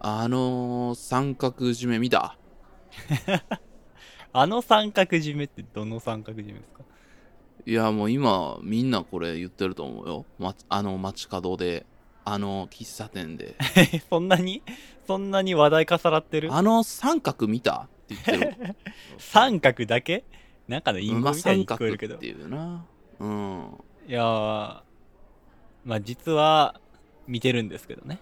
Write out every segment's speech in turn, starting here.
あのー三角締め見たあの三角締めってどの三角締めですか いや、もう今、みんなこれ言ってると思うよ。ま、あの、街角で、あの、喫茶店 で。えそんなにそんなに話題重なってるあの三角見たって言ってる。 三角だけなんかの隠ま語あみたい三に聞こ角えっるけど。ていうな。うん。 いやー、まあ実は見てるんですけどね。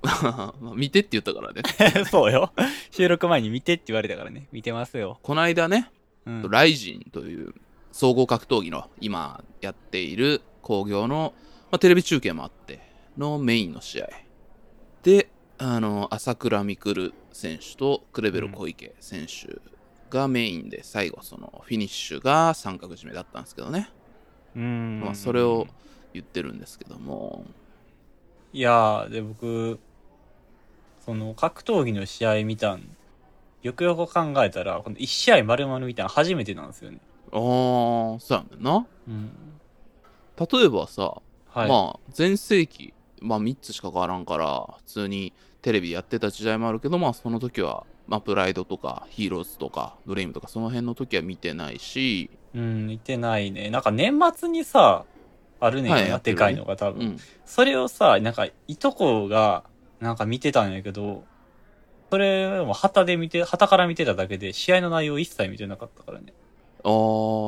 まあ見てって言ったからね。そうよ。収録前に見てって言われたからね。見てますよ。この間ね、うん。ライジンという総合格闘技の今やっている興行の、まあ、テレビ中継もあってのメインの試合であの朝倉未来選手とクレベル小池選手がメインで最後そのフィニッシュが三角締めだったんですけどね、うん。まあ、それを。言ってるんですけどもいやー、で僕、その格闘技の試合見たん、よくよく考えたら、この1試合丸々見たの初めてなんですよね。ああそうやねんなうん。例えばさはい。まあ全盛期まあ3つしか変わらんから普通にテレビやってた時代もあるけどまあその時は、まあ、プライドとかヒーローズとかドリームとかその辺の時は見てないし、うん、似てないね。なんか年末にさ、あるねんよはな、いやってでるねかいのが多分、うん、それをさ、なんか、いとこが、なんか見てたんやけど、それも旗で見て、旗から見てただけで、試合の内容一切見てなかったからね。あ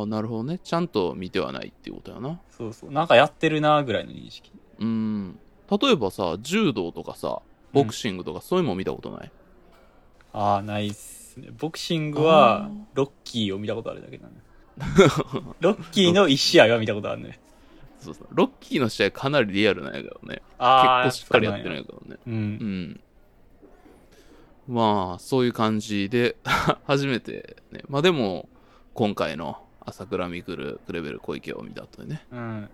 あなるほどねちゃんと見てはないっていうことやなそうそう。なんかやってるな、ぐらいの認識。うん例えばさ柔道とかさボクシングとかそういうのも見たことない、ああ、ないっすね。ボクシングあはー、ロッキーを見たことあるだけだね。ロッキーの一試合は見たことあるね。そうそうロッキーの試合かなりリアルなんやけどね結ああ、構しっかりやってるんい。やけどねうんう。ん。まあ、そういう感じで、 初めてね。まあでも、今回の朝倉未来、クレベル小池を見たとね。うん。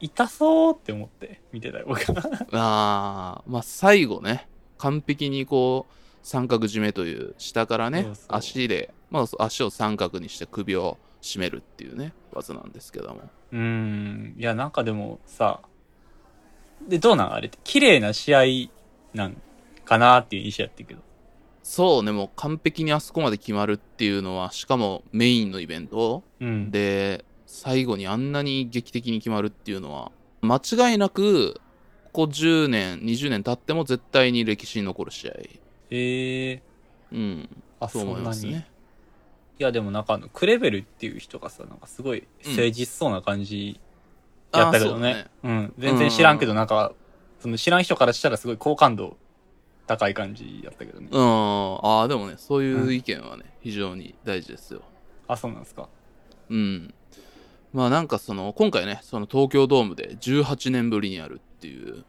痛そうって思って見てたよ、僕は。あーまあ最後ね、完璧にこう、三角締めという、下からね、そうそう足で、まあ足を三角にして首を締めるっていうね、技なんですけども。うーん。いや、なんかでもさ、で、どうなんあれって、綺麗な試合なんかなっていう印象やってるけど。そうね、もう完璧にあそこまで決まるっていうのは、しかもメインのイベントうん。で最後にあんなに劇的に決まるっていうのは間違いなくここ10年20年経っても絶対に歴史に残る試合へえうんあ、そそう思いんなますに。いねや、でもなんかあの、クレベルっていう人がさ、なんかすごい誠実そうな感じうんやったけどあーね。うん。全然知らんけど、なんか、その知らん人からしたらすごい好感度高い感じやったけどね。うんああでもねそういうん意見はね、非常に大事ですよあ、そうなんですか。うんまあなんかその今回ねその東京ドームで18年ぶりにやるっていう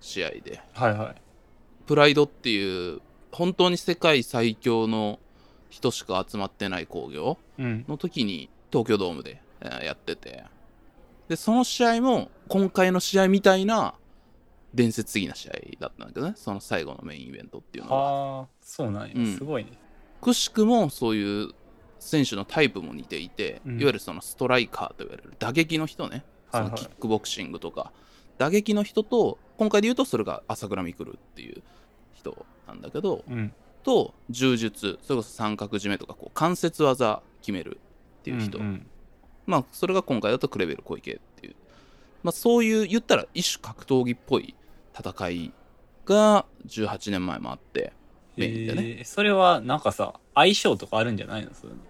試合ではいはい。プライドっていう本当に世界最強の人しか集まってない興行うん。の時に東京ドームでえーやっててでその試合も今回の試合みたいな伝説的な試合だったんだけどねその最後のメインイベントっていうのはああ、そうなんやうん。すごいね。くしくもそういう選手のタイプも似ていて、うんいわゆるそのストライカーと言われる打撃の人ねそはいはのいキックボクシングとか、打撃の人と今回で言うとそれが朝倉未来っていう人なんだけど、うん。と柔術それこそ三角締めとかこう関節技決めるっていう人、うんうんまあ、それが今回だとクレベル小池っていう、まあ、そういう、言ったら一種格闘技っぽい戦いが18年前もあって、メインでね。えーそれはなんかさ相性とかあるんじゃないのそういうの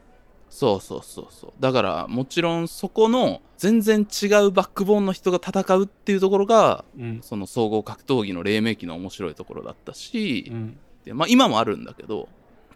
そうそうそうそう。だから、もちろんそこの全然違うバックボーンの人が戦うっていうところが、うんその総合格闘技の黎明期の面白いところだったしう、んでまあ、今もあるんだけど、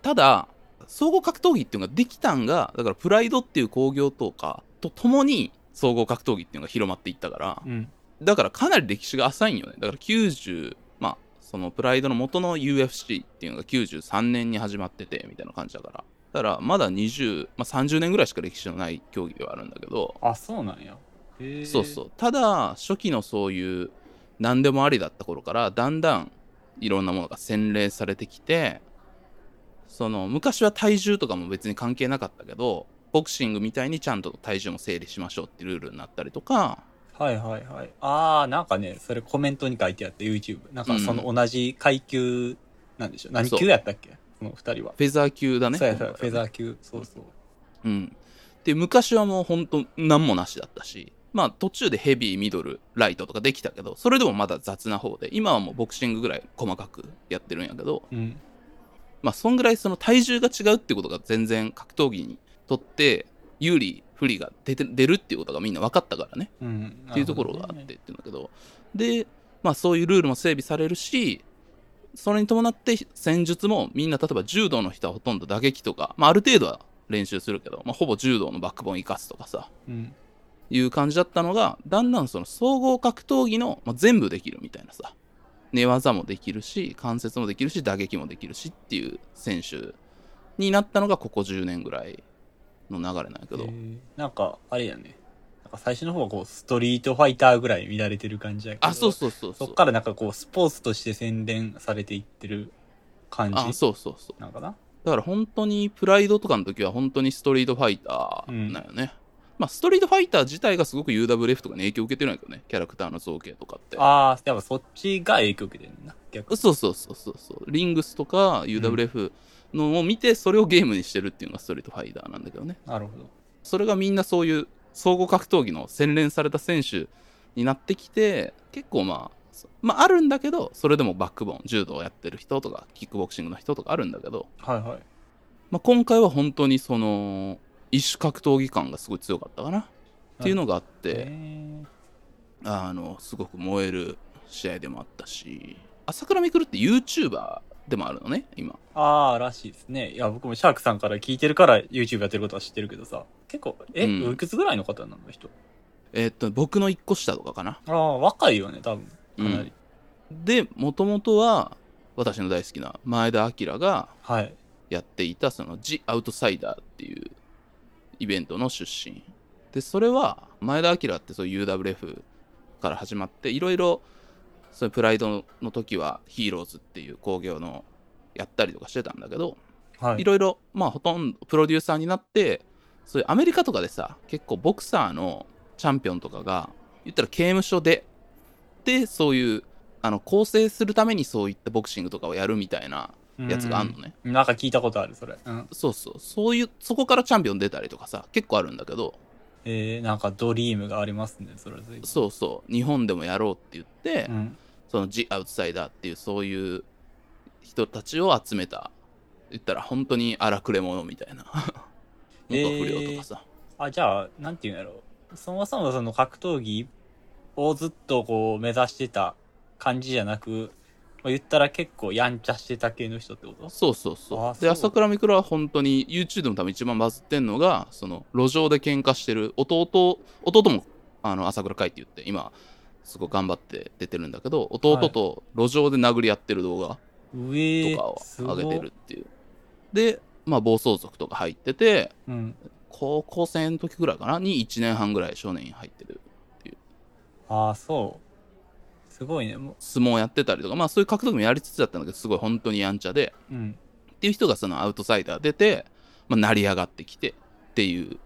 ただ、総合格闘技っていうのができたんが、だからプライドっていう興行とかと共に総合格闘技っていうのが広まっていったから、うんだからかなり歴史が浅いんよね。だから90、まあ、そのプライドの元の UFC っていうのが93年に始まってて、みたいな感じだから。だからまだ20、まあ30年ぐらいしか歴史のない競技ではあるんだけど、あそうなんやへえそうそう。ただ、初期のそういう何でもありだった頃から、だんだんいろんなものが洗練されてきて、その昔は体重とかも別に関係なかったけど、ボクシングみたいにちゃんと体重も整理しましょうっていうルールになったりとか、はいはいはいああなんかねそれコメントに書いてあって YouTube なんうかんその同じ階級なんでしょう。何級やったっけこの二人は。フェザー級だね。そうやそうや、フェザー級。そうそう。うん。で、昔はもう本当何もなしだったし、まあ途中でヘビー、ミドル、ライトとかできたけど、それでもまだ雑な方で、今はもうボクシングぐらい細かくやってるんやけど、うん。まあそんぐらいその体重が違うってことが全然格闘技にとって有利、不利が出て出るっていうことがみんな分かったからね。うん。っていうところがあってなるほどっねていうんだけど、で、まあそういうルールも整備されるし、それに伴って戦術もみんな例えば柔道の人はほとんど打撃とか、まあある程度は練習するけど、まあほぼ柔道のバックボーン生かすとかさ、うん。いう感じだったのが、だんだんその総合格闘技の、まあ、全部できるみたいなさ、寝技もできるし、関節もできるし、打撃もできるしっていう選手になったのがここ10年ぐらいの流れなんやけどえ、ーなんか、あれやね。なんか最初の方はこう、ストリートファイターぐらい乱れてる感じやけど。あ、そうそうそうそ。そうっからなんかこう、スポーツとして宣伝されていってる感あ、じそうそうそう。なんかなだから本当にプライドとかの時は本当にストリートファイターなんよね、まあストリートファイター自体がすごく UWF とかに影響を受けてるんやけどねキャラクターの造形とかってああ、やっぱそっちが影響受けてるんだな、逆に。そうそうそうそうそうリングスとか UWF のを見てそれをゲームにしてるっていうのがストリートファイターなんだけどねなるほど。それがみんなそういう総合格闘技の洗練された選手になってきて結構まあそまああるんだけどそれでもバックボーン柔道をやってる人とかキックボクシングの人とかあるんだけどはいはい。まあ、今回は本当にその一種格闘技感がすごい強かったかなっていうのがあって、えーあのすごく燃える試合でもあったし朝倉未来って YouTuber でもあるのね今ああ、らしいですね。いや、僕もシャークさんから聞いてるから YouTube やってることは知ってるけどさ。結構、え、うんおいくつぐらいの方なの人えーっと僕の1個下とかかなああ、若いよね、多分。うんかなり。でもともとは私の大好きな前田明がはい。やっていたその「ジ・アウトサイダー」っていうイベントの出身でそれは前田明ってそういう UWF から始まっていろいろそのプライドの時はヒーローズっていう興行のやったりとかしてたんだけどはい。いろいろまあほとんどプロデューサーになってそういうアメリカとかでさ結構ボクサーのチャンピオンとかが言ったら刑務所ででそういうあの構成するためにそういったボクシングとかをやるみたいなやつがあんのね、うんなんか聞いたことある、それ。うん。そうそう。そういう、そこからチャンピオン出たりとかさ、結構あるんだけど、えー、なんかドリームがありますね、それで。そうそう、日本でもやろうって言って、うん。そのジ・アウトサイダーっていう、そういう人たちを集めた、言ったら本当に荒くれ者みた いな。えー元不良とかさ。あ、じゃあ、なんていうんだろう。そもそもその格闘技をずっとこう目指してた感じじゃなく、まあ、言ったら結構やんちゃしてた系の人ってことそうそうそあう。で、そう朝倉未来は本当に YouTube でも多分一番バズってんのが、その路上で喧嘩してる弟、弟もあの朝倉海って言って、今、すごい頑張って出てるんだけど、弟と路上で殴り合ってる動画。上とかを上げてるっていう。で、まあ、暴走族とか入ってて、うん。高校生の時ぐらいかなに1年半ぐらい少年院入ってる。ああ、そう。すごいね。も相撲やってたりとか、まあそういう格闘技もやりつつだったんだけど、すごい本当にやんちゃで、う、うん。っていう人がそのアウトサイダー出て、まあ成り上がってきてっていう。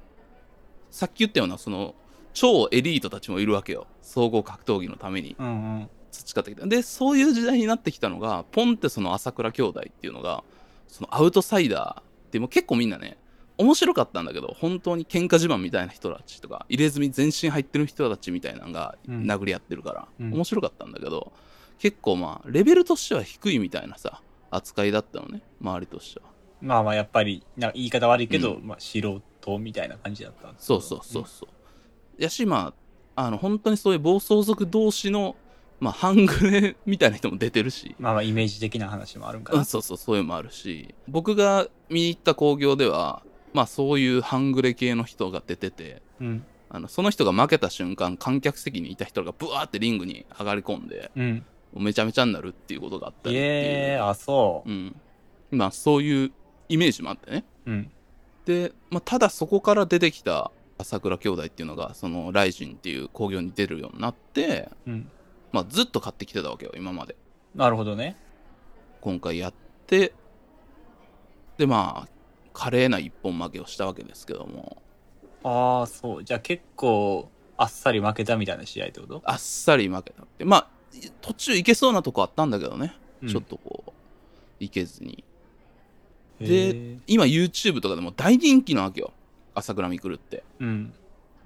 さっき言ったような、その、超エリートたちもいるわけよ。総合格闘技のためにうんうん。培ってきた。で、そういう時代になってきたのが、ポンってその朝倉兄弟っていうのが、そのアウトサイダーってもう結構みんなね、面白かったんだけど、本当に喧嘩自慢みたいな人たちとか、入れ墨全身入ってる人たちみたいなのがうん殴り合ってるから、うん面白かったんだけど、結構まあ、レベルとしては低いみたいなさ、扱いだったのね、周りとしては。まあまあ、やっぱり、なんか言い方悪いけど、うまあ、素人みたいな感じだった。そうそうそうそう。やし、まあ、あの、本当にそういう暴走族同士の、まあ、半グレみたいな人も出てるし、まあまあ、イメージ的な話もあるんかう、。なんそうそうそういうのもあるし僕が見に行った興行ではまあそういう半グレ系の人が出ててうん。あのその人が負けた瞬間観客席にいた人がブワーってリングに上がり込んでうん。もうめちゃめちゃになるっていうことがあったいりっていえう、ー、あ、そうん、まあそういうイメージもあってねう。うん。で、まあ、ただそこから出てきた朝倉兄弟っていうのがその「ライジン」っていう興行に出るようになって、うん。まあ、ずっと買ってきてたわけよ今までなるほどね。今回やってでまあ華麗な一本負けをしたわけですけどもああ、そう。じゃあ結構、あっさり負けたみたいな試合ってことあっさり負けたってまあ途中いけそうなとこあったんだけどね、うんちょっとこう行けずに。へでー、今 YouTube とかでも大人気なわけよ。朝倉未来って。うん。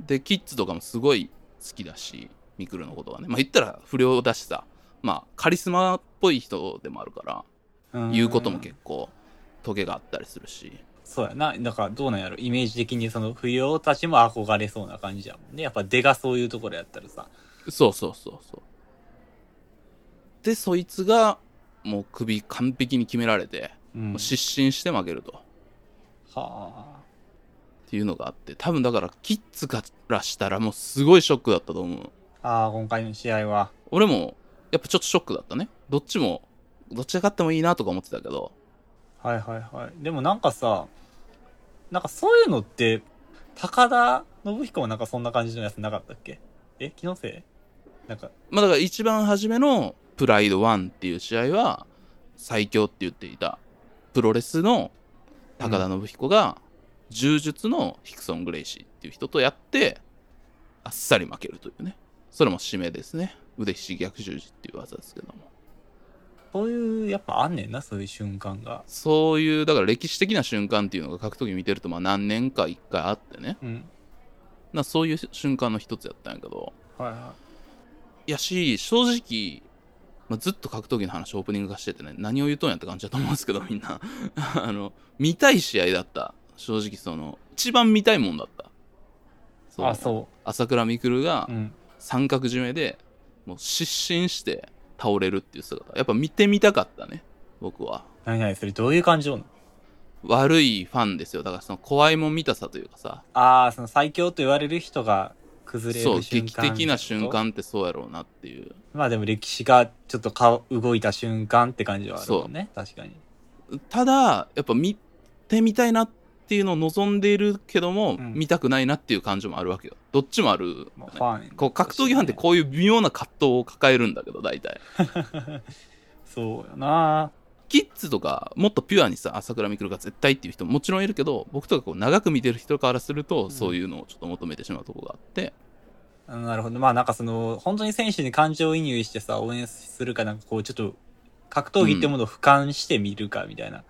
で、キッズとかもすごい好きだし、ミクルのことがね。まあ言ったら不良だしさ、まあカリスマっぽい人でもあるから、言うことも結構、トゲがあったりするし。そうやな。だからどうなんやろ。イメージ的にその不要たちも憧れそうな感じやもんね。やっぱ出がそういうところやったらさ。そうそうそうそう。で、そいつが、もう首完璧に決められて、うんもう失神して負けると。はあ。っていうのがあって、多分だから、キッズからしたらもうすごいショックだったと思う。ああ、今回の試合は。俺も、やっぱちょっとショックだったね。どっちも、どっちが勝ってもいいなとか思ってたけど、はいはいはい。でもなんかさ、なんかそういうのって、高田信彦もなんかそんな感じのやつなかったっけえ気のせいなんか、まあだから一番初めのプライド1っていう試合は、最強って言っていた、プロレスの高田信彦が、柔術のヒクソン・グレイシーっていう人とやって、あっさり負けるというね。それも締めですね。腕ひし逆十字っていう技ですけども。そういう、やっぱあんねんな、そういう瞬間が。そういう、だから歴史的な瞬間っていうのが格闘技見てると、まあ何年か一回あってね。うん。なそういう瞬間の一つやったんやけど。はいはいやし、正直、まあ、ずっと格闘技の話オープニング化しててね、何を言うとんやって感じだと思うんですけど、 みんな。あの、見たい試合だった。正直、その、一番見たいもんだった。。い。あ、そう朝倉未来がう。うん。三角締めで、もう失神して倒れるっていう姿。やっぱ見てみたかったね、僕は。何々それどういう感情なの悪いファンですよ。だからその怖いもん見たさというかさ、ああ、その最強と言われる人が崩れそう、る瞬間。劇的な瞬。間ってそうやろうなっていう。まあでも歴史がちょっと顔動いた瞬間って感じはあるもんね。確かに。ただやっぱ見てみたいなっていうのを望んでいるけども、うん見たくないなっていう感情もあるわけよどっちもあるよね、まあ、ファン、こう格闘技ファンってこういう微妙な葛藤を抱えるんだけど大体そうやなキッズとかもっとピュアにさ朝倉未来が絶対っていう人ももちろんいるけど僕とかこう長く見てる人からすると、んそういうのをちょっと求めてしまうところがあってあのなるほど。まあなんかその、本当に選手に感情移入してさ、応援するかなんかこう、ちょっと、格闘技ってものを俯瞰してみるかみたいな、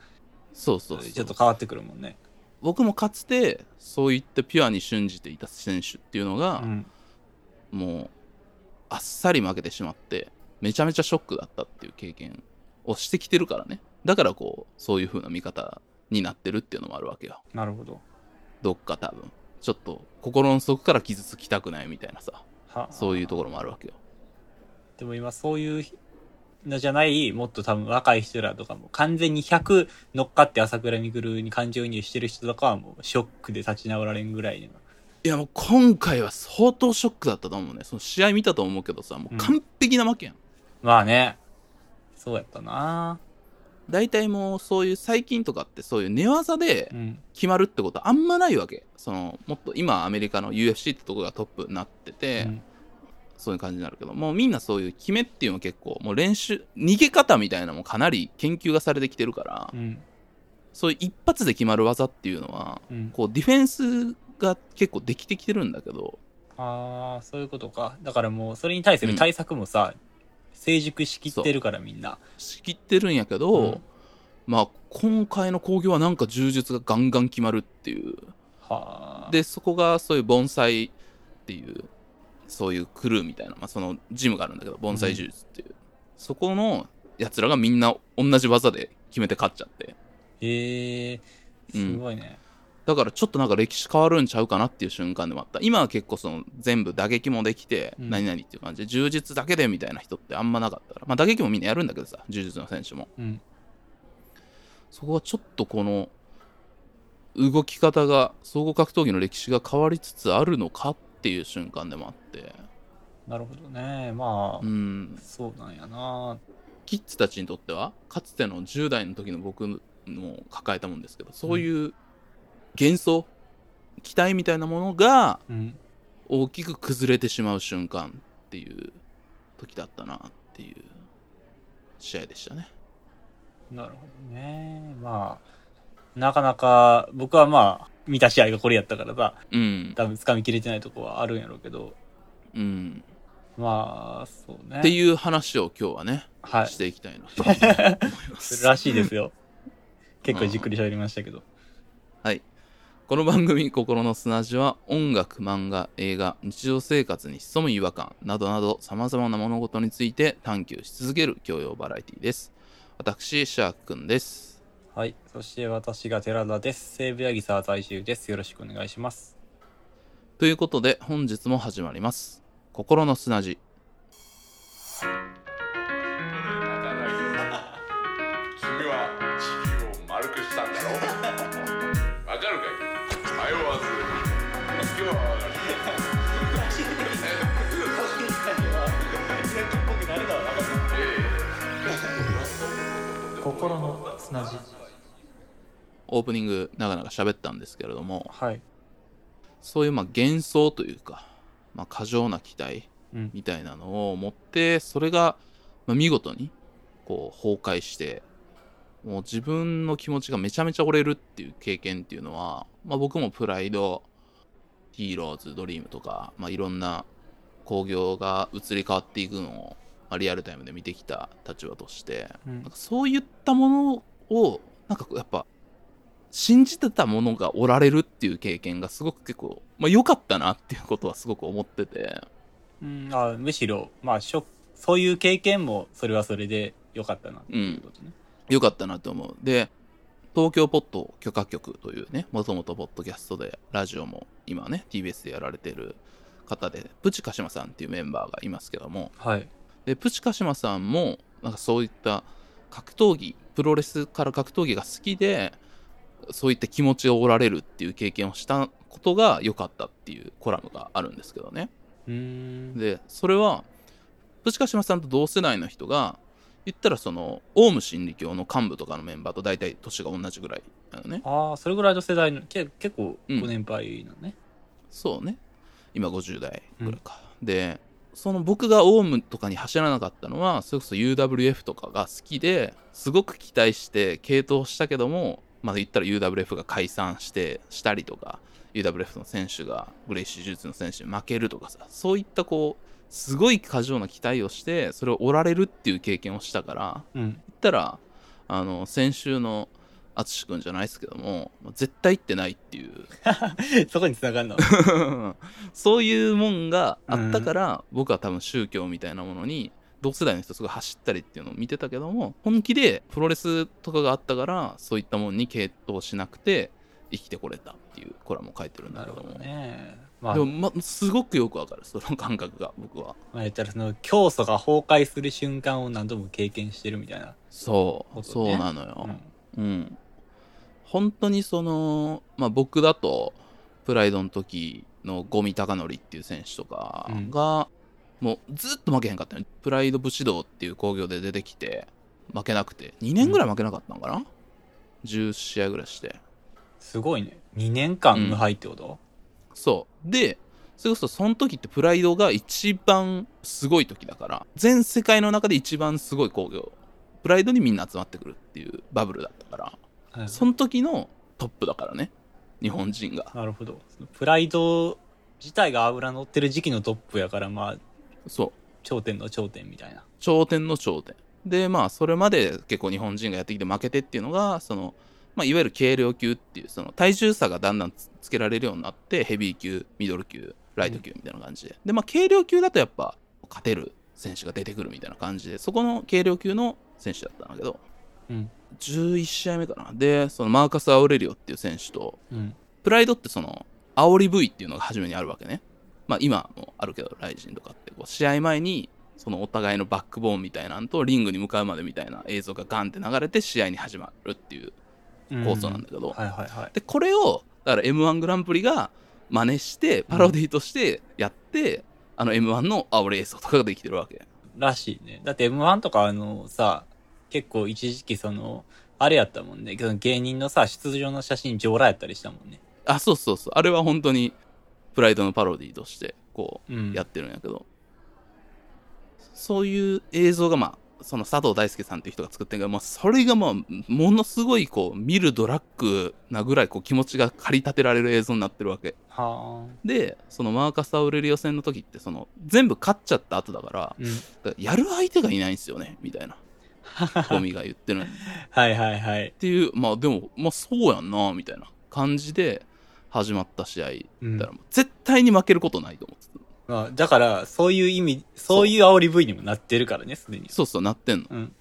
そうそうそうちょっと変わってくるもんね。僕もかつてそういってピュアに瞬じていた選手っていうのうが、ん。もうあっさり負けてしまってめちゃめちゃショックだったっていう経験をしてきてるからねだからこうそういう風な見方になってるっていうのもあるわけよなるほど。どっか多分ちょっと心の底から傷つきたくないみたいなさはそういうところもあるわけよでも今そういうのじゃない、もっと多分若い人らとかも、完全に100乗っかって朝倉未来に感情移入してる人とかはもうショックで立ち直られんぐらいの。いやもう今回は相当ショックだったと思うねその試合見たと思うけどさもう完璧な負けやん、まあね。そうやったな大体もうそういう最近とかってそういう寝技でうん。決まるってことはあんまないわけそのもっと今アメリカの UFC ってとこがトップになってて、うんそういう感じになるけどもうみんなそういう決めっていうのは結構もう練習逃げ方みたいなのもかなり研究がされてきてるから、うん。そういう一発で決まる技っていうのはうん。こうディフェンスが結構できてきてるんだけどああ、そういうことか。だからもう、それに対する対策もさ、成熟しきってるからみんな。仕切ってるんやけど、うんまあ今回の興行はなんか柔術がガンガン決まるっていうはあ。、でそこがそういう盆栽っていうそういうクルーみたいな、まあ、そのジムがあるんだけど盆栽柔術っていう、そこのやつらがみんな同じ技で決めて勝っちゃってええうんすごいね。だからちょっとなんか歴史変わるんちゃうかなっていう瞬間でもあった今は結構その全部打撃もできてうん何々っていう感じで柔術だけでみたいな人ってあんまなかったから、まあ、打撃もみんなやるんだけどさ柔術の選手もうん。そこはちょっとこの動き方が総合格闘技の歴史が変わりつつあるのかっていう瞬間でもあってなるほどね。まあ、うんそうなんやなキッズたちにとってはかつての10代の時の僕の抱えたもんですけどそういう幻想期待みたいなものがうん。大きく崩れてしまう瞬間っていう時だったなっていう試合でしたねなるほどね。まあ、なかなか、僕はまあ、見た試合がこれやったからさ、うん多分掴みきれてないとこはあるんやろうけど、うんまあ、そうね。っていう話を今日はね、はい。していきたいなと思います。らしいですよ。結構じっくり喋りましたけど。 はい。この番組、心の砂地は、音楽、漫画、映画、日常生活に潜む違和感などなど、様々な物事について探求し続ける教養バラエティです。私、シャークくんです。はい。そして私が寺田です。西部八木沢在住です。よろしくお願いします。ということで、本日も始まります。心の砂地。泣かないよ君は地球を丸くしたんだろわかるかい迷わず今日はわかる心の砂地。オープニング、長々喋ったんですけれども、はい。そういう、まあ、幻想というか、まあ、過剰な期待うん。みたいなのを持って、それが、まあ、見事に、こう、崩壊して、もう自分の気持ちがめちゃめちゃ折れるっていう経験っていうのは、まあ僕もプライド、ヒーローズ、ドリームとか、まあいろんな興行が移り変わっていくのを、まあ、リアルタイムで見てきた立場として、うんなんかそういったものを、なんかこうやっぱ、信じてたものがおられるっていう経験がすごく結構、まあ良かったなっていうことはすごく思ってて、うん、あむしろ、まあ、ショックそういう経験も、それはそれで良かったな、っていうことね。良かったなと思う。で、東京ポッド許可局というね、もともとポッドキャストで、ラジオも今ね、TBS でやられてる方で、プチカシマさんっていうメンバーがいますけども、はい。で、プチカシマさんも、なんかそういった格闘技、プロレスから格闘技が好きで、そういった気持ちがおられるっていう経験をしたことが良かったっていうコラムがあるんですけどね。うーん。でそれはプチカシマさんと同世代の人が言ったらそのオウム真理教の幹部とかのメンバーと大体年が同じぐらいなのねああ、それぐらいの世代の、け結構、うんご年配なのね。そうね今50代ぐらいか、でその僕がオウムとかに走らなかったのはそれこそ UWF とかが好きですごく期待して傾倒したけどもまあ言ったら UWF が解散してしたりとか UWF の選手がグレイシー・ジューツの選手に負けるとかさそういったこうすごい過剰な期待をしてそれを折られるっていう経験をしたから うん。言ったらあの先週の淳君じゃないですけども絶対行ってないっていうそこに繋がるの。そういうもんがあったから、僕は多分宗教みたいなものに同世代の人すごい走ったりっていうのを見てたけども本気でプロレスとかがあったからそういったもんに傾倒しなくて生きてこれたっていうコラムを書いてるんだなけるどほもどね。まあ、でも、ま、すごくよくわかるその感覚が僕はまあ、言ったら、その、教祖が崩壊する瞬間を何度も経験してるみたいな。そう、ことねそうなのよ、うん。うん。本当にその、まあ、僕だと、プライドの時の五味隆則っていう選手とかが、もうずっと負けへんかったのプライド武士道っていう興行で出てきて、負けなくて、2年ぐらい負けなかったのかな、?10 試合ぐらいして。すごいね。2年間無敗ってこと、そう。で、それこそその時ってプライドが一番すごい時だから、全世界の中で一番すごい興行。プライドにみんな集まってくるっていうバブルだったから。はいその時のトップだからね。日本人が。なるほど。そのプライド自体が油乗ってる時期のトップやから、まあ、そう。頂点の頂点みたいな。頂点の頂点。で、まあ、それまで結構日本人がやってきて負けてっていうのが、その、まあ、いわゆる軽量級っていう、その体重差がだんだんつつけられるようになって、ヘビー級、ミドル級、ライト級みたいな感じで。で、まあ、軽量級だとやっぱ、勝てる選手が出てくるみたいな感じで、そこの軽量級の選手だったんだけど、うん。 11試合目かな。で、そのマーカス・アウレリオっていう選手と、うん。プライドってその、煽り部位っていうのが初めにあるわけね。まあ今もあるけど、ライジンとかって、こう試合前に、そのお互いのバックボーンみたいなんと、リングに向かうまでみたいな映像がガンって流れて試合に始まるっていう構想なんだけど、はいはいはい。で、これを、だから M1 グランプリが真似して、パロディとしてやって、あの M1 の煽り映像とかができてるわけ。らしいね。だって M1 とかあのさ、結構一時期その、あれやったもんね。その芸人のさ、出場の写真上裸やったりしたもんね。あ、そうそうそう。あれは本当に、プライドのパロディとして、こう、うん。やってるんやけど、そういう映像がまあその佐藤大輔さんっていう人が作ってんが、まあ、それがまあ、ものすごいこう、見るドラッグなぐらいこう、気持ちが駆り立てられる映像になってるわけ。はあ。で、そのマーカス・アウレリオ戦の時って、その、全部勝っちゃった後だから、うん。だからやる相手がいないんですよね、み たいな。ゴミが言ってるのにはいはいはいっ。ていう、まあでも、まあそうやんな、みたいな感じで始まった試合うんだから、絶対に負けることないと思ってた。まあ、だから、そういう意味、そういう煽り V にもなってるからね、すでに。そうそう、なってんうん。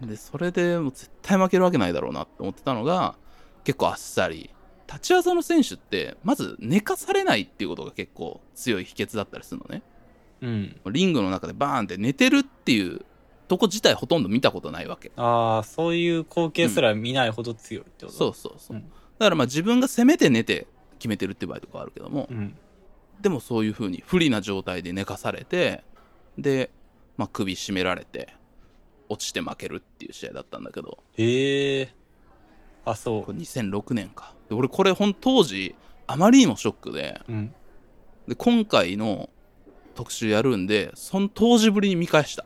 の。で、それでもう絶対負けるわけないだろうなって思ってたのが、結構あっさり。立ち技の選手って、まず寝かされないっていうことが結構強い秘訣だったりするのね。うん。リングの中でバーンって寝てるっていうとこ自体ほとんど見たことないわけ。ああ、そういう光景すら見ないほど強いってこと、そうそうそう。うんだからまあ自分が攻めて寝て決めてるって場合とかあるけども、うん。でもそういう風に不利な状態で寝かされて、で、まあ、首絞められて、落ちて負けるっていう試合だったんだけど、へえ。あ、そこれ2006年か。で俺これほん当時、あまりにもショックで、う。うん。で、今回の特集やるんで、その当時ぶりに見返した。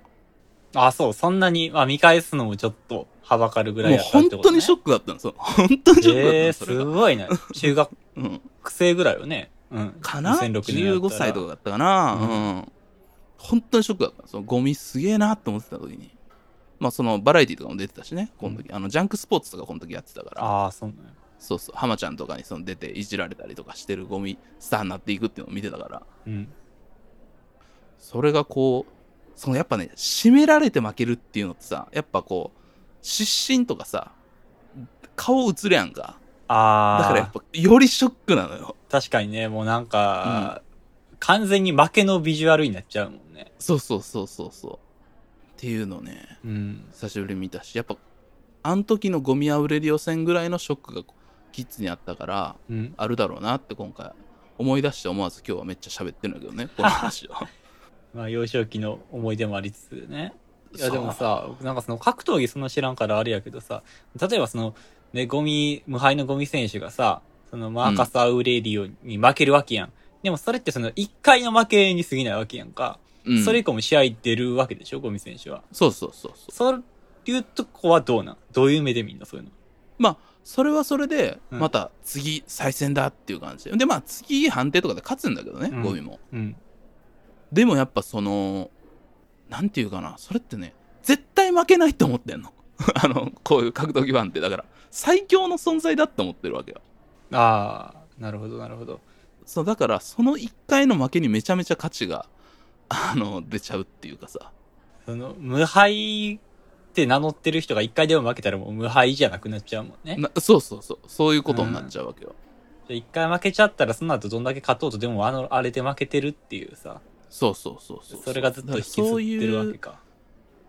あ、そう。そんなに、まあ見返すのもちょっとはばかるぐらいもうやったっ本てこと、当ね。にショックだったの、その本当にショックだったえの、ー、そすれが。ごいね。中学うん。生ぐらいよね。うん。かな2006年やったら ?15 歳とかだったかな、う、うんん本当にショックだった。そのゴミすげえなって思ってた時に。まあそのバラエティとかも出てたしね、この時。あの、ジャンクスポーツとかこの時やってたから。ああ、そうなんやそうそう、浜ちゃんとかにその出ていじられたりとかしてるゴミスターになっていくっていうのを見てたから。うん。それがこう、そのやっぱね、締められて負けるっていうのってさ、やっぱこう、失神とかさ、顔映るやんか。だああ。からやっぱ、よりショックなのよ。確かにね、もうなんか、完全に負けのビジュアルになっちゃうもんね。そうそうそうそうそう。っていうのね。うん。久しぶりに見たしやっぱあの時のゴミあふれる予選ぐらいのショックがキッズにあったからうん。あるだろうなって今回思い出して思わず今日はめっちゃ喋ってるんだけどねこの 話をまあ、幼少期の思い出もありつつね。いや、そうでもさ、僕なんかその格闘技そんな知らんからあれやけどさ、例えばその、ね、ゴミ、無敗のゴミ選手がさ、そのマーカス・アウレリオに負けるわけやん。でもそれってその1回の負けに過ぎないわけやんか。うんそれ以降も試合出るわけでしょ、ゴミ選手は。そうそうそうそうそういうとこはどうなんどういう目でみんなそういうの。まあそれはそれでうんまた次再戦だっていう感じででまあ次判定とかで勝つんだけどね、うんゴミもうん。でもやっぱそのなんていうかなそれってね絶対負けないと思ってんの あのこういう格闘技ファンってだから最強の存在だって思ってるわけよああ、なるほど、なるほど。そうだからその1回の負けにめちゃめちゃ価値があの出ちゃうっていうかさその、無敗って名乗ってる人が一回でも負けたらもう無敗じゃなくなっちゃうもんね。なそうそうそうそういうことになっちゃうわけよ、じゃあ一回負けちゃったらその後どんだけ勝とうとでもあの、あれで負けてるっていうさ、そうそうそうそうそれがずっと引きずそうってるわいけうか。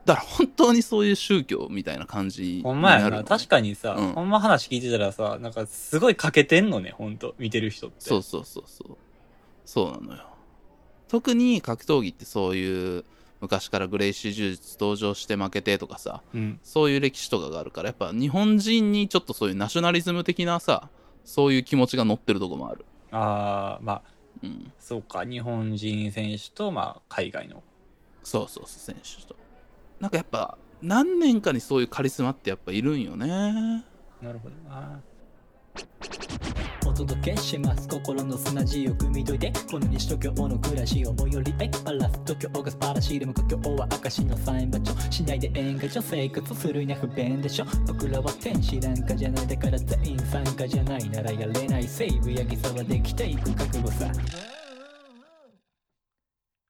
だから本当にそういう宗教みたいな感じになるほんまやな。確かかにさ、うんほんま話聞いてたらさ、なんかすごい欠けてんのね、ほんと。見てる人って。そうそうそうそうそうなのよ特に格闘技ってそういう昔からグレイシー柔術登場して負けてとかさうん。そういう歴史とかがあるからやっぱ日本人にちょっとそういうナショナリズム的なさそういう気持ちが乗ってるとこもあるああ、まあ、うんそうか。日本人選手と、まあ、海外の。そうそうそう、選手と。なんかやっぱ、何年かにそういうカリスマってやっぱいるんよね。なるほどな。お届けします心の砂地を汲み解いてこの西東京の暮らしを最寄りへバラす東京が素晴らしいでも故郷は証のサイン場所しないで演歌所生活するには不便でしょ僕らは天使なんかじゃないだから全員参加じゃないならやれないセーブやぎさはできていく覚悟さ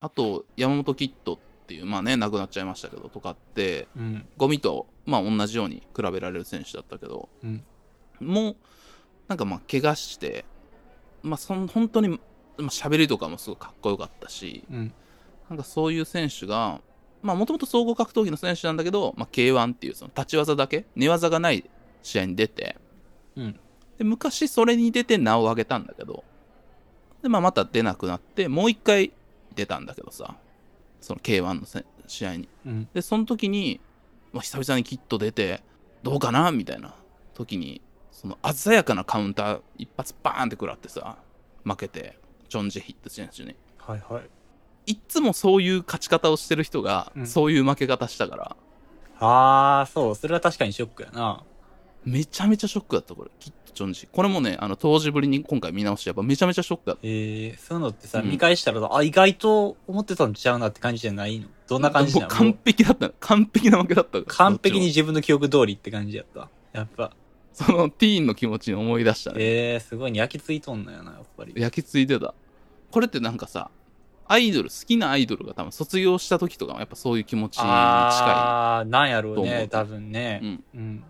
あと、山本キッドっていう、まあね、亡くなっちゃいましたけど、とかって、うん。ゴミと、まあ同じように比べられる選手だったけど、うんもう、なんかまあ、怪我して、まあ、その、本当に、まあ喋りとかもすごいかっこよかったし、うん。なんかそういう選手が、まあもともと総合格闘技の選手なんだけど、まあ K1 っていうその立ち技だけ、寝技がない試合に出て、うんで昔それに出て名を上げたんだけど、でまあまた出なくなって、もう一回出たんだけどさ、その K1 のせ試合に。うん。で、その時に、まあ、久々にキット出て、どうかなみたいな時に、その鮮やかなカウンター一発バーンって食らってさ、負けて、チョン・ジェヒット選手に。はいはい。いっつもそういう勝ち方をしてる人が、うんそういう負け方したから、あー、そう。それは確かにショックやな。めちゃめちゃショックだった、これ。キッチョンジ。これもね、あの、当時ぶりに今回見直して、やっぱめちゃめちゃショックだった。えー、そういうのってさ、うん見返したらさ、あ、意外と思ってたのちゃうなって感じじゃないのどんな感じなものう完璧だった。完璧なわけだった。完璧どにっち自分の記憶通りって感じやった。やっぱ。も。その、ティーンの気持ちに思い出したね。えー、すごい焼き付いとんのやな、やっぱり。焼き付いてた。これってなんかさ、アイドル、好きなアイドルが多分卒業した時とかもやっぱそういう気持ちに近あー、なんやろうと思うね、多分ね。うんうん。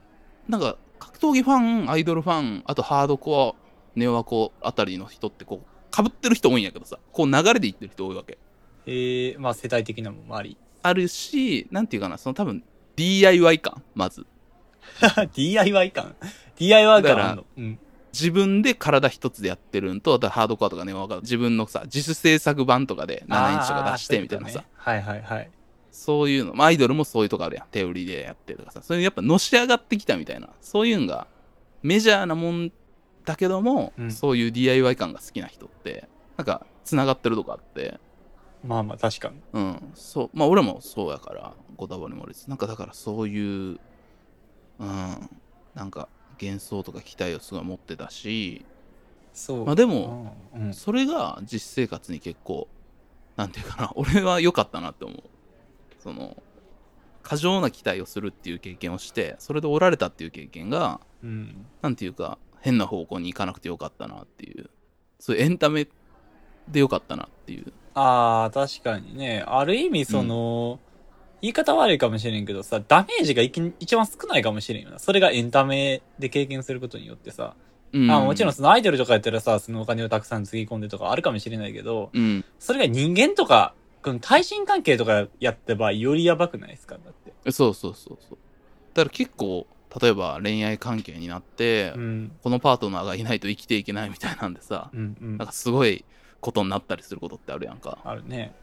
い。なんか、格闘技ファン、アイドルファン、あとハードコア、ネオワコあたりの人ってこう、被ってる人多いんやけどさ、こう流れでいってる人多いわけ。えー、まあ世代的なもんもあり。 あるし、なんていうかな、その多分 DIY 感、まず。 DIY 感 ?DIY 感あんだからのうん。自分で体一つでやってるんと、あとハードコアとかね、わかる自分のさ、自主制作版とかで7インチとか出してみたいなさ、あー。そういうことねはいはいはい。そういうの、まあアイドルもそういうとこあるやん。手売りでやってるとかさ、そういうやっぱのし上がってきたみたいな、そういうのがメジャーなもんだけども、うんそういう DIY 感が好きな人って、なんか繋がってるとこあって、まあまあ確かに。うん、そう、まあ俺もそうやから、ゴダボリモリス。なんかだからそういう、うん、なんか幻想とか期待をすごい持ってたし、そう。まあでも、うん、うん。それが実生活に結構、なんていうかな、俺は良かったなって思う。その、過剰な期待をするっていう経験をして、それで折られたっていう経験が、うん。なんていうか、変な方向に行かなくて良かったなっていう、そういうエンタメで良かったなっていう。ああ、確かにね。ある意味、その、言い方悪いかもしれんけどさ、ダメージがいき一番少ないかもしれんよな。それがエンタメで経験することによってさ。うん、あもちろん、そのアイドルとかやったらさ、そのお金をたくさんつぎ込んでとかあるかもしれないけど、うん。それが人間とか、この対人関係とかやった場合、よりやばくないですかだって。そうそうそうそう。だから結構、例えば恋愛関係になって、うん。このパートナーがいないと生きていけないみたいなんでさ、うんうんなん。かすごいことになったりすることってあるやんか。あるね。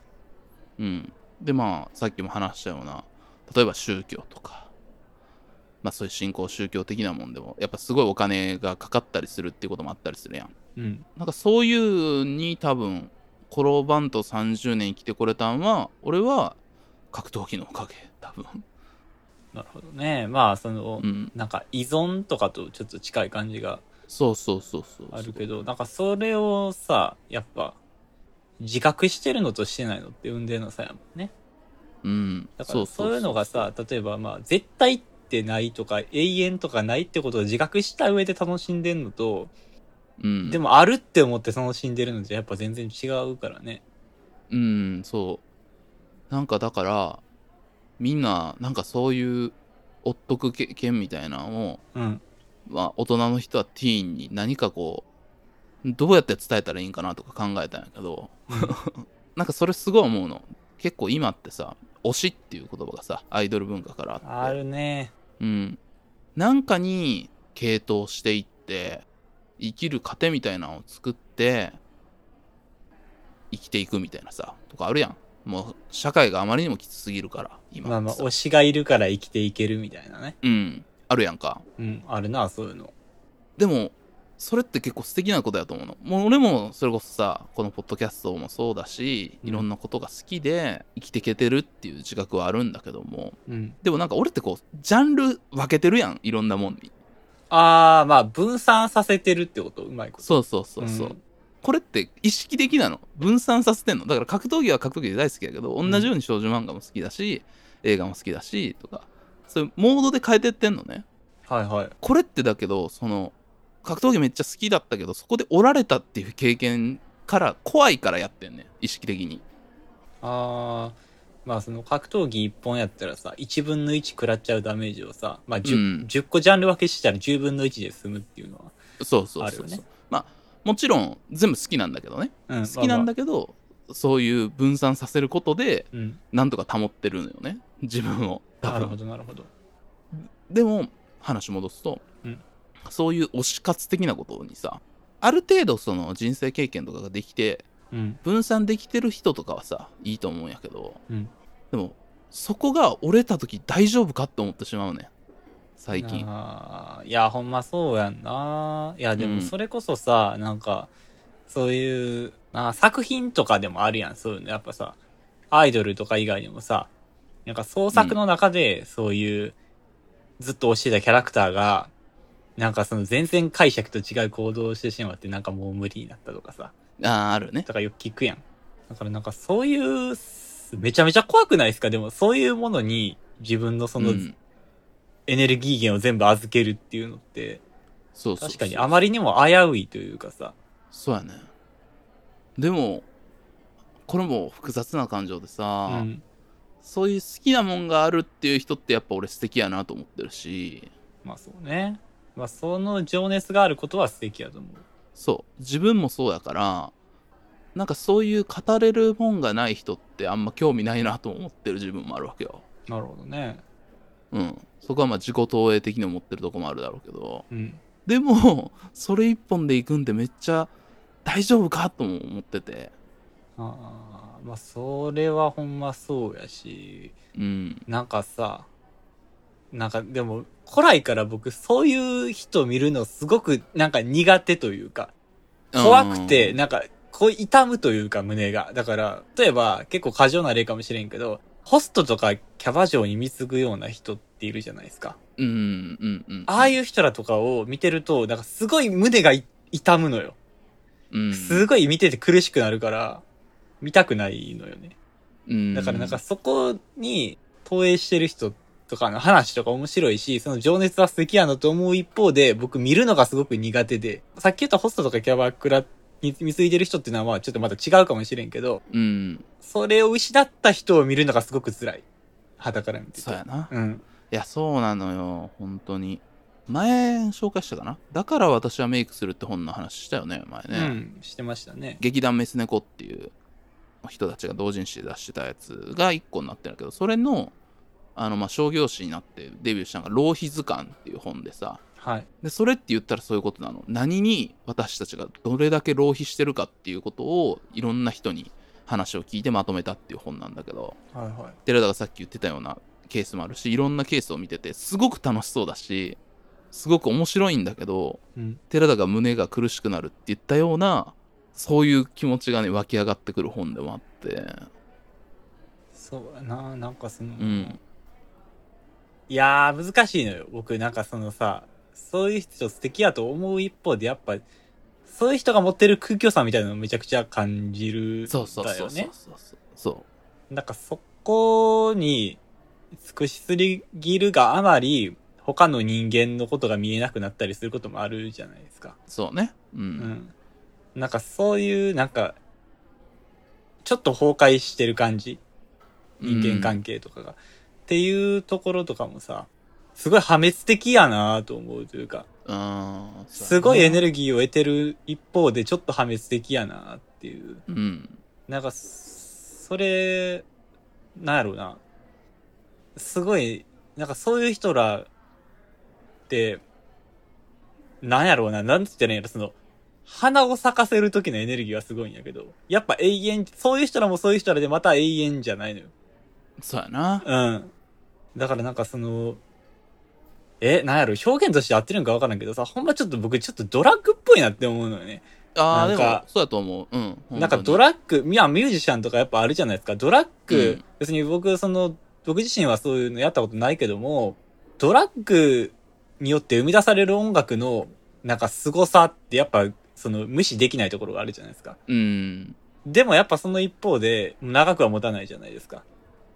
うん。で、まあ、さっきも話したような、例えば宗教とか、まあそういう信仰宗教的なもんでも、やっぱすごいお金がかかったりするってこともあったりするやん。うん。なんかそういうに多分、転ばんと30年生きてこれたんは、俺は格闘技のおかげ、多分。なるほどね。まあ、その、うん。なんか依存とかとちょっと近い感じがそうそうそうそう。あるけど、なんかそれをさ、やっぱ、自覚してるのとしてないのって運命の差やもんね。うん。だからそういうのがさ、例えばまあ、絶対ってないとか、永遠とかないってことを自覚した上で楽しんでんのと、うん、でもあるって思って楽しんでるのじゃやっぱ全然違うからね。うんそうなんかだからみんななんかそういうおっとく経験みたいなのを、うん。まあ、大人の人はティーンに何かこうどうやって伝えたらいいんかなとか考えたんやけ どなんかそれすごい思うの結構今ってさ推しっていう言葉がさアイドル文化からああってるね。うん、なんかに傾倒していって生きる糧みたいなのを作って生きていくみたいなさとかあるやんもう社会があまりにもきつすぎるから今まあまあ、さ推しがいるから生きていけるみたいなね。うんあるやんかうん、あるな、そういうの。でもそれって結構素敵なことやと思うのもう俺もそれこそさこのポッドキャストもそうだしいろんなことが好きで生きていけてるっていう自覚はあるんだけどもうん。でもなんか俺ってこうジャンル分けてるやんいろんなもんにああ、まあ、分散させてるってこと、うまいこと。そうそうそうそう、うんこれって意識的なの分散させてんのだから格闘技は格闘技で大好きだけどん同じように少女漫画も好きだし、映画も好きだしとかそういうモードで変えてってんのねはいはい。これってだけどその格闘技めっちゃ好きだったけどそこで折られたっていう経験から怖いからやってんね意識的にああまあその格闘技1本やったらさ1分の1食らっちゃうダメージをさ、まあ 10, うん10個ジャンル分けしたら10分の1で済むっていうのはそうそうあそうるそう、よねまあもちろん全部好きなんだけどねうん好きなんだけど、そういう分散させることでまあまあうんなんとか保ってるのよね自分を多なる分ほどなるほどでも話戻すと、うんそういう推し活的なことにさある程度その人生経験とかができてうん分散できてる人とかはさいいと思うんやけど、うんでもそこが折れた時大丈夫かって思ってしまうね最近あーいやほんまそうやんないやでうんもそれこそさ、なんかそういう、まあ、作品とかでもあるやんそういうのやっぱさアイドルとか以外にもさなんか創作の中で、そういう、ずっと推してたキャラクターが、なんかその全然解釈と違う行動をしてしまって、なんかもう無理になったとかさ。ああ、あるね。とかよく聞くやん。だからなんかそういう、すめちゃめちゃ怖くないですかでもそういうものに自分のそのうんエネルギー源を全部預けるっていうのって、そうそうそう確かにあまりにも危ういというかさ。そうやね。でも、これも複雑な感情でうさ、ん。そういう好きなもんがあるっていう人ってやっぱ俺素敵やなと思ってるし、まあそうね。まあその情熱があることは素敵やと思う。そう、自分もそうやから、なんかそういう語れるもんがない人ってあんま興味ないなと思ってる自分もあるわけよ。なるほどね。うん。そこはまあ自己投影的に思ってるとこもあるだろうけど、うん。でも、それ一本で行くんでめっちゃ大丈夫かとも思ってて、ああ、まあそれはほんまそうやし、うん。なんかさ、なんかでも古来から僕そういう人見るのすごくなんか苦手というか、怖くて、なんか、こう痛むというか胸が。だから、例えば、結構過剰な例かもしれんけど、ホストとかキャバ嬢に貢ぐような人っているじゃないですか。うん、うん、うんうん。ああいう人らとかを見てると、なんかすごい胸がい痛むのよ。うん、すごい見てて苦しくなるから、見たくないのよね。うんだからなんかそこに投影してる人とかの話とか面白いし、その情熱は素敵やなと思う一方で、僕見るのがすごく苦手で、さっき言ったホストとかキャバクラに貢いでる人っていうのはまあちょっとまた違うかもしれんけど、うん、それを失った人を見るのがすごく辛い。肌から見てて。そうやな。うん。いや、そうなのよ、本当に。前、紹介したかなだから私はメイクするって本の話したよね、前うね。ん。してましたね。劇団メス猫っていう人たちが同人誌で出してたやつが1個になってるんだけど、それの、あの、まあ、商業誌になってデビューしたのが、浪費図鑑っていう本でさ、はい。で、それって言ったらそういうことなの。何に私たちがどれだけ浪費してるかっていうことを、いろんな人に話を聞いてまとめたっていう本なんだけど、はいは寺田がさっき言ってたようなケースもあるしいろんなケースを見ててすごく楽しそうだしすごく面白いんだけどい。うん。寺田が胸が苦しくなるって言ったようなそういう気持ちがね湧き上がってくる本でもあってそうやな。なんかそうの、んいやー、難しいのよ。僕、なんかそのさ、そういう人素敵やと思う一方で、やっぱ、そういう人が持ってる空虚さみたいなのをめちゃくちゃ感じるんだよね。そうそうそうそうそうそうなんかそこに尽くしすぎるがあまり、他の人間のことが見えなくなったりすることもあるじゃないですか。そうねうん、うん。なんかそういう、なんか、ちょっと崩壊してる感じ。人間関係とかが。っていうところとかもさ、すごい破滅的やなと思うというか、うんすごいエネルルギーを得てる一方でちょっと破滅的やなっていう。ギーうんなんか、それ、なんやろうな。すごい、なんかそういう人らって、なんやろうな、なんつったらいいんやろ、その、花を咲かせる時のエネルギーはすごいんやけど、やっぱ永遠、そういう人らもそういう人らでまた永遠じゃないのよ。そうやなうん。だからなんかその、え、なんやろ、表現として合ってるんかわからんけどさ、ほんまちょっと僕ちょっとドラッグっぽいなって思うのよね。あーなでんかもそうやと思ううんなんかドララッグ、いや、ミュージシャンとかやっぱあるじゃないですか。ドラッグ、うん別に僕、その、僕自身はそういうのやったことないけども、ドラッグによって生み出される音楽の、なんか凄さってやっぱ、その、無視できないところがあるじゃないですか。うんでもやっぱその一方で、長くは持たないじゃないですか。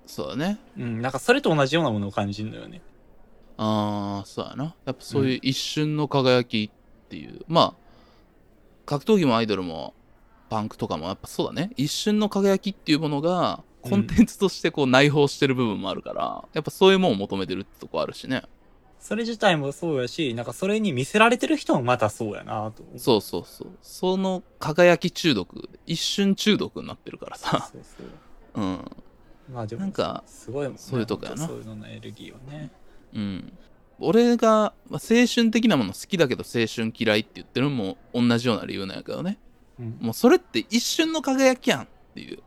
そうだねうん、なんかそれと同じようなものを感じるのよね。ああ、そうやな。やっぱそういう一瞬の輝きっていう。まあ、格闘技もアイドルもパンクとかもやっぱそうだね。一瞬の輝きっていうものが、コンテンツとしてこう内包してる部分もあるから、やっぱそういうもんを求めてるってとこあるしね。それ自体もそうやし、なんかそれに見せられてる人もまたそうやなと思う。そうそうそう。その輝き中毒、一瞬中毒になってるからさ。 そうそう。うん。まあでも、なんかすごいもんねそういうとこやな本当そういうののエネルギーはね。うん。俺が、まあ青春的なもの好きだけど青春嫌いって言ってるのも同じような理由なんやけどね。うんもうそれって一瞬の輝きやんっていう。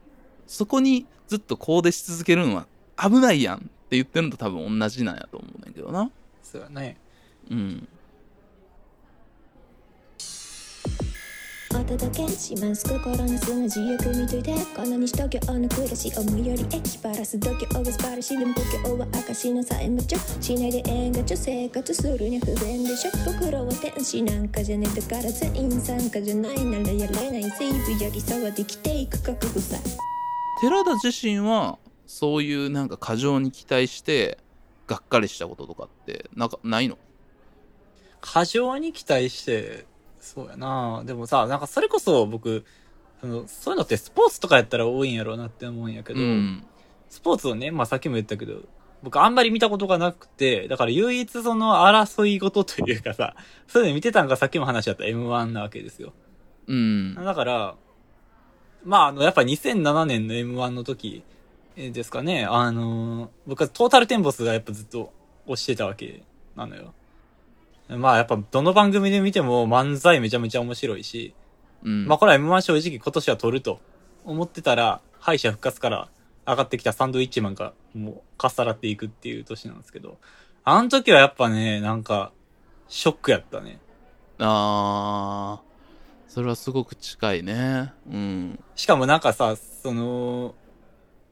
そこにずっとこうでし続けるのは危ないやんって言ってるのと多分同じなんやと思うねんだけどな。そうやね。うん。大お届けします心の砂地よく見といてこの西東京の暮らし思いより駅バラす度胸が素晴らしいでも故郷は証のさえもちょしないで縁がちょ生活するに不便でしょ僕らは天使なんかじゃねえだから全員参加じゃないならやれないセーブやりさはできていく覚悟さ寺田自身はそういうなんか過剰に期待してがっかりしたこととかってなんかないの過剰に期待して、そうやなでもさ、なんかそれこそ僕、その、そういうのってスポーツとかやったら多いんやろうなって思うんやけうど、んスポーツをね、まあさっきも言ったけど、僕あんまり見たことがなくて、だから唯一その争い事というかさ、そういうの見てたんがさっきも話しちゃった M1 なわけですよ。うんだから、まあ、あの、やっぱ2007年の M1 の時えーですかね、あのー僕はトータルテンボスがやっぱずっと推してたわけなのよ。まあ、やっぱどの番組で見ても漫才めちゃめちゃ面白いし、うんまあこれは M1 正直今年は取ると思ってたら、敗者復活から上がってきたサンドウィッチマンがもうかっさらっていくっていう年なんですけど、あの時はやっぱね、なんか、ショックやったね。あーそれはすごく近いねうん しかもなんかさ、その、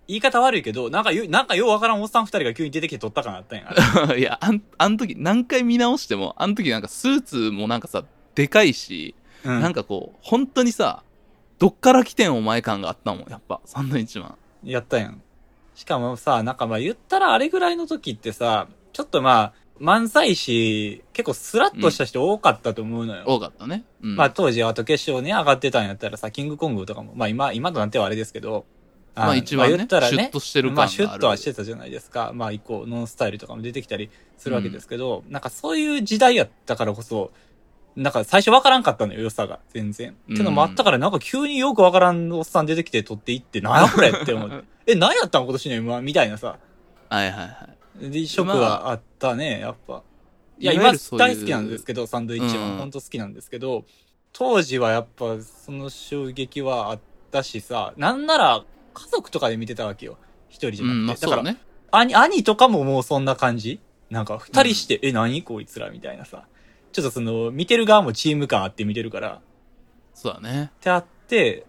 言い方悪いけど、なんかよ、なんかようわからんおっさん二人が急に出てきて撮った感あったんや。あ れいやあんあの時何回見直してもあの時なんかスーツもなんかさでかいし、うんなんかこう本当にさどっから来てんお前感があったもんやっぱサンドイッチマンやったやん。しかもさ、なんかまあ言ったらあれぐらいの時ってさ、ちょっとまあ、漫才師、結構スラッとした人多かったと思うのよ。多かったね、うん、まあ当時、あと決勝ね、上がってたんやったらさ、キングコングとかも、まあ今、今となってはあれですけど、まあの一番ねまあ言ったらシュッとしてる感がまああるシュッとはしてたじゃないですか。まあ以降、ノンスタイルとかも出てきたりするわけですけど、なんかそういう時代やったからこそ、なんか最初わからんかったのよ、良さが、全然。うんってのもあったから、なんか急によくわからんおっさん出てきて撮っていって、なんやこれって思って。え、何やったん今年の M1? みたいなさ。はいはいはいで、ショックはあったね、やっぱ。いや、いわゆ今るそういう大好きなんですけど、サンドイッチうは。んほんと好きなんですけど、当時はやっぱその衝撃はあったしさ、なんなら家族とかで見てたわけよ。一人じうゃなくて。んまあそうだから、ね兄、兄とかももうそんな感じなんか二人して、え、何こいつらみたいなさ。ちょっとその、見てる側もチーム感あって見てるから、そうだねってあって、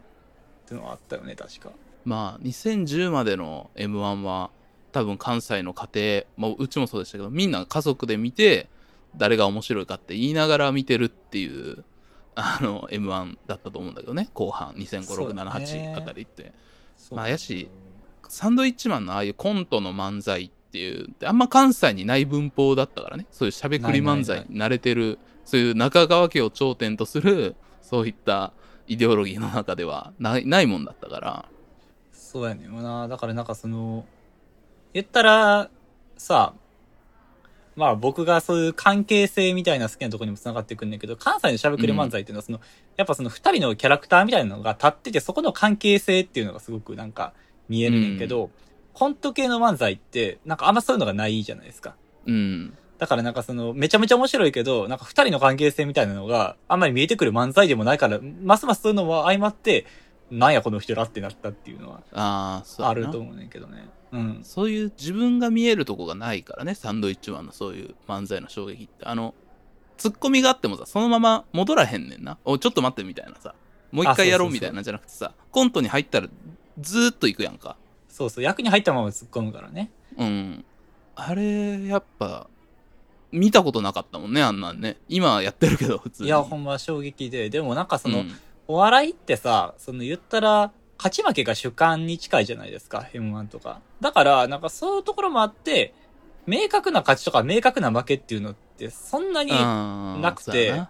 ってのはあったよね、確か。まあ2010までの m 1は多分関西の家庭、まあ、うちもそうでしたけどみんな家族で見て誰が面白いかって言いながら見てるっていうあの m 1だったと思うんだけどね後半そうだね20568あたりって、そうまあやしサンドイッチマンのああいうコントの漫才っていうあんま関西にない文法だったからねそういうしゃべくり漫な才いに慣れてるそういう中川家を頂点とするそういったイデオロギーの中ではないないもんだったからそうやねんな。だからなんかその、言ったら、さ、まあ僕がそういう関係性みたいな好きなとこにも繋がってくんねんけど、関西のしゃべくり漫才っていうのはその、やっぱその二人のキャラクターみたいなのが立ってて、そこの関係性っていうのがすごくなんか見えるねんけど、コント系の漫才って、なんかあんまそういうのがないじゃないですか。うんだからなんかその、めちゃめちゃ面白いけど、なんか二人の関係性みたいなのがあんまり見えてくる漫才でもないから、ますますそういうのも相まって、なんやこの人らってなったっていうのはああ、そうあやなると思うねんけどね。うん。そういう自分が見えるとこがないからね、サンドイッチマンのそういう漫才の衝撃って。あの、ツッコミがあってもさ、そのまま戻らへんねんな。おい、ちょっと待ってみたいなさ。もう一あそ回うそうそうやろうみたいなんじゃなくてさ、コントに入ったらずーっと行くやんか。そうそう。役に入ったまま突っ込むからね。うん。あれ、やっぱ、見たことなかったもんね、あんなんね。今やってるけど、普通いに。や、ほんま衝撃で。でもなんかその、うんお笑いってさ、その言ったら、勝ち負けが主観に近いじゃないですか。M1 とか。だから、なんかそういうところもあって、明確な勝ちとか明確な負けっていうのって、そんなに、あーなくてそうやな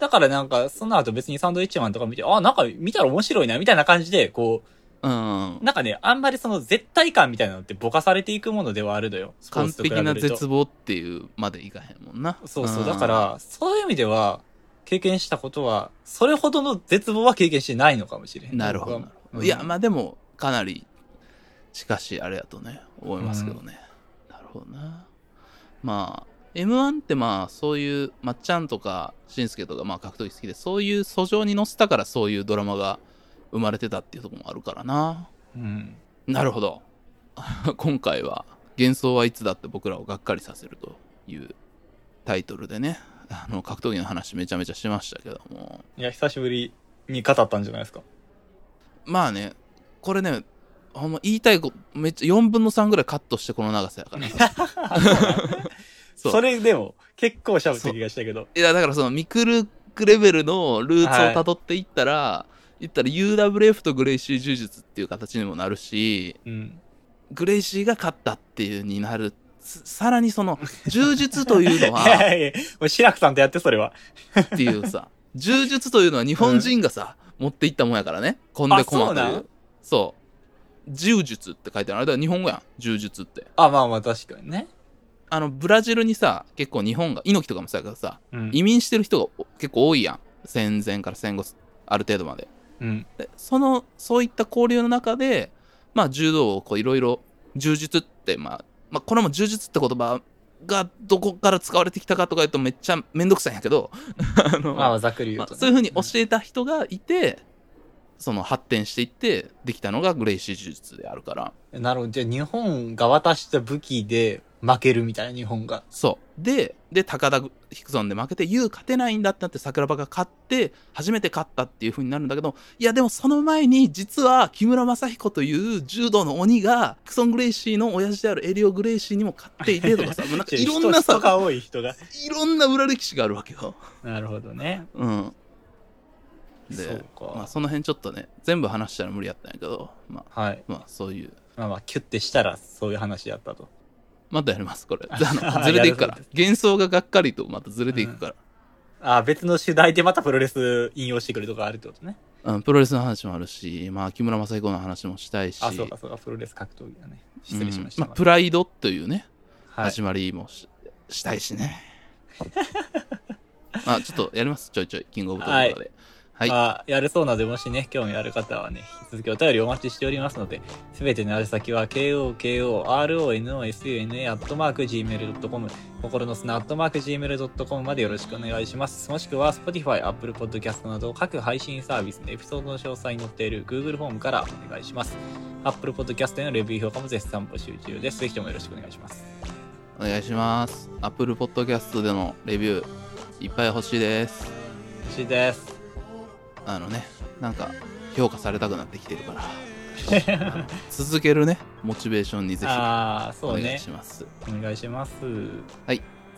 だからなんか、その後別にサンドウィッチマンとか見て、あ、なんか見たら面白いな、みたいな感じで、こうんう、。なんかね、あんまりその絶対感みたいなのってぼかされていくものではあるのよ。スポー完ツと比べ璧るとな絶望っていうまでいかへんもんな。そうそう。んだか、ら、そういう意味では、経験したことは、それほどの絶望は経験してないのかも しれへん。なるほど僕なはるほど。いや、まあでも、かなり、しかし、あれやとね、思いますけどね。なるほどな。まあ、M1 ってまあ、そういう、まっちゃんとか、しんすけとか、まあ、格闘技好きで、そういう訴状に乗せたから、そういうドラマが生まれてたっていうところもあるからな。うん。なるほど。 今回は、幻想はいつだって僕らをがっかりさせるというタイトルでね、あの、格闘技の話めちゃめちゃしましたけども、いや、久しぶりに語ったんじゃない ですか。まあね、これね、ほんま言いたいこ、めっちゃ4分の3ぐらいカットしてこの長さやか ら。そそうれでも、結構喋った気がしたけど。いや、だからそのミクルクレベルのルーツを辿っていったら、言ったら UWF とグレイシー柔術っていう形にもなるし、うん。グレイシーが勝ったっていうになる。ささらにその、柔術というのいやは、いやいや、もう白くさんとやって、それは。っていう さ、柔術というのは日本人がさ、持っていったもんやからね。こんでこまとあそういな。うんそう。柔術って書いてある。あれだから日本語やん。柔術って。あ、まあまあ、確かにね。あの、ブラジルにさ、結構日本が、猪木とかもそうやけどさ、うん。移民してる人が結構多いやん。戦前から戦後、ある程度まで。うん。でそのそういった交流の中でまあ柔道をこういろいろ柔術ってまあ、まあ、これも柔術って言葉がどこから使われてきたかとか言うとめっちゃめんどくさいんやけど あの、まあ、ざっくり言まうあと、ねそういうふうに教し、えた人がいて、その発展していってできたのがグレイシー柔術であるからうんなるほど。じゃあ、日本が渡した武器で負けるみたいな、日本が。そうでで高田ヒクソンで負けて YOU 勝てないんだってなって桜庭が勝って初めて勝ったっていうふうになるんだけどいやでもその前に実は木村雅彦という柔道の鬼がヒクソン・グレイシーの親父であるエリオ・グレイシーにも勝っていてとかさ もうなんかいろんな人人がさ多い人が。いろんな裏歴史があるわけよ。なるほどね。うんそでうかまあ、その辺ちょっとね全部話したら無理やったんやけど、まあ、はい。まあそういうまあまあ、キュッてしたら、そういう話やったと。またやりますこれああ のずれていくかやらるそう幻想ががっかりとまたずれていくから、あ、別の主題でまたプロレス引用してくるとかあるってことね。うん、プロレスの話もあるし、まあ、木村正彦の話もしたいし、あ、そうかそうか、プロレス格闘技だね。失礼しましうた。んあプライドというね、はい。始まりもししたいし ね。まあ、ちょっとやります、ちょいちょい、キングオブトークとかで。はい。あやるそうなので、もしね、興味ある方はね、引き続きお便りお待ちしておりますので、すべての宛先は、kokoronosuna.gmail.com、心の砂 .gmail.com までよろしくお願いします。もしくは、Spotify、Apple Podcast など、各配信サービスのエピソードの詳細に載っている Google フォームからお願いします。Apple Podcast へのレビュー評価も絶賛募集中です。ぜひともよろしくお願いします。お願いします。Apple Podcast でのレビュー、いっぱい欲しいです。嬉しいです。あのね、なんか、評価されたくなってきてるから、あの続けるね、モチベーションにぜひああ、おそう願いねし。ます。お願いします。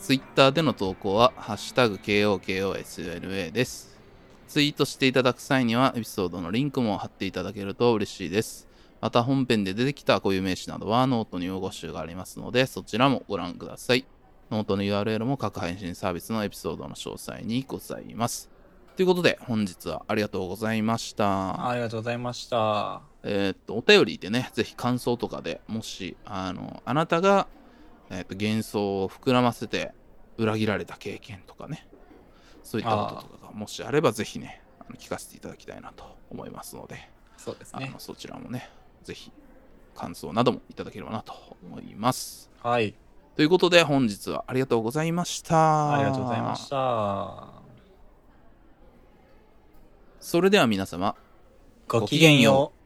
ツイッターでの投稿は、ハッシュタグ KOKOSLA です。ツイートしていただく際には、エピソードのリンクも貼っていただけると嬉しいです。また本編で出てきた固有名詞などはノートに応募集がありますので、そちらもご覧ください。ノートの URL も各配信サービスのエピソードの詳細にございます。ということで、本日はありがとうございました。ありがとうございました。えーっと、お便りでね、ぜひ感想とかでもし、あの、あなたが、えーっと、幻想を膨らませて裏切られた経験とかね、そういったこととかがもしあれば、ぜひね、あの聞かせていただきたいなと思いますので、そうですあねの。そちらもね、ぜひ感想などもいただければなと思います。はい。ということで、本日はありがとうございました。ありがとうございました。それでは皆様、ごきげんよう。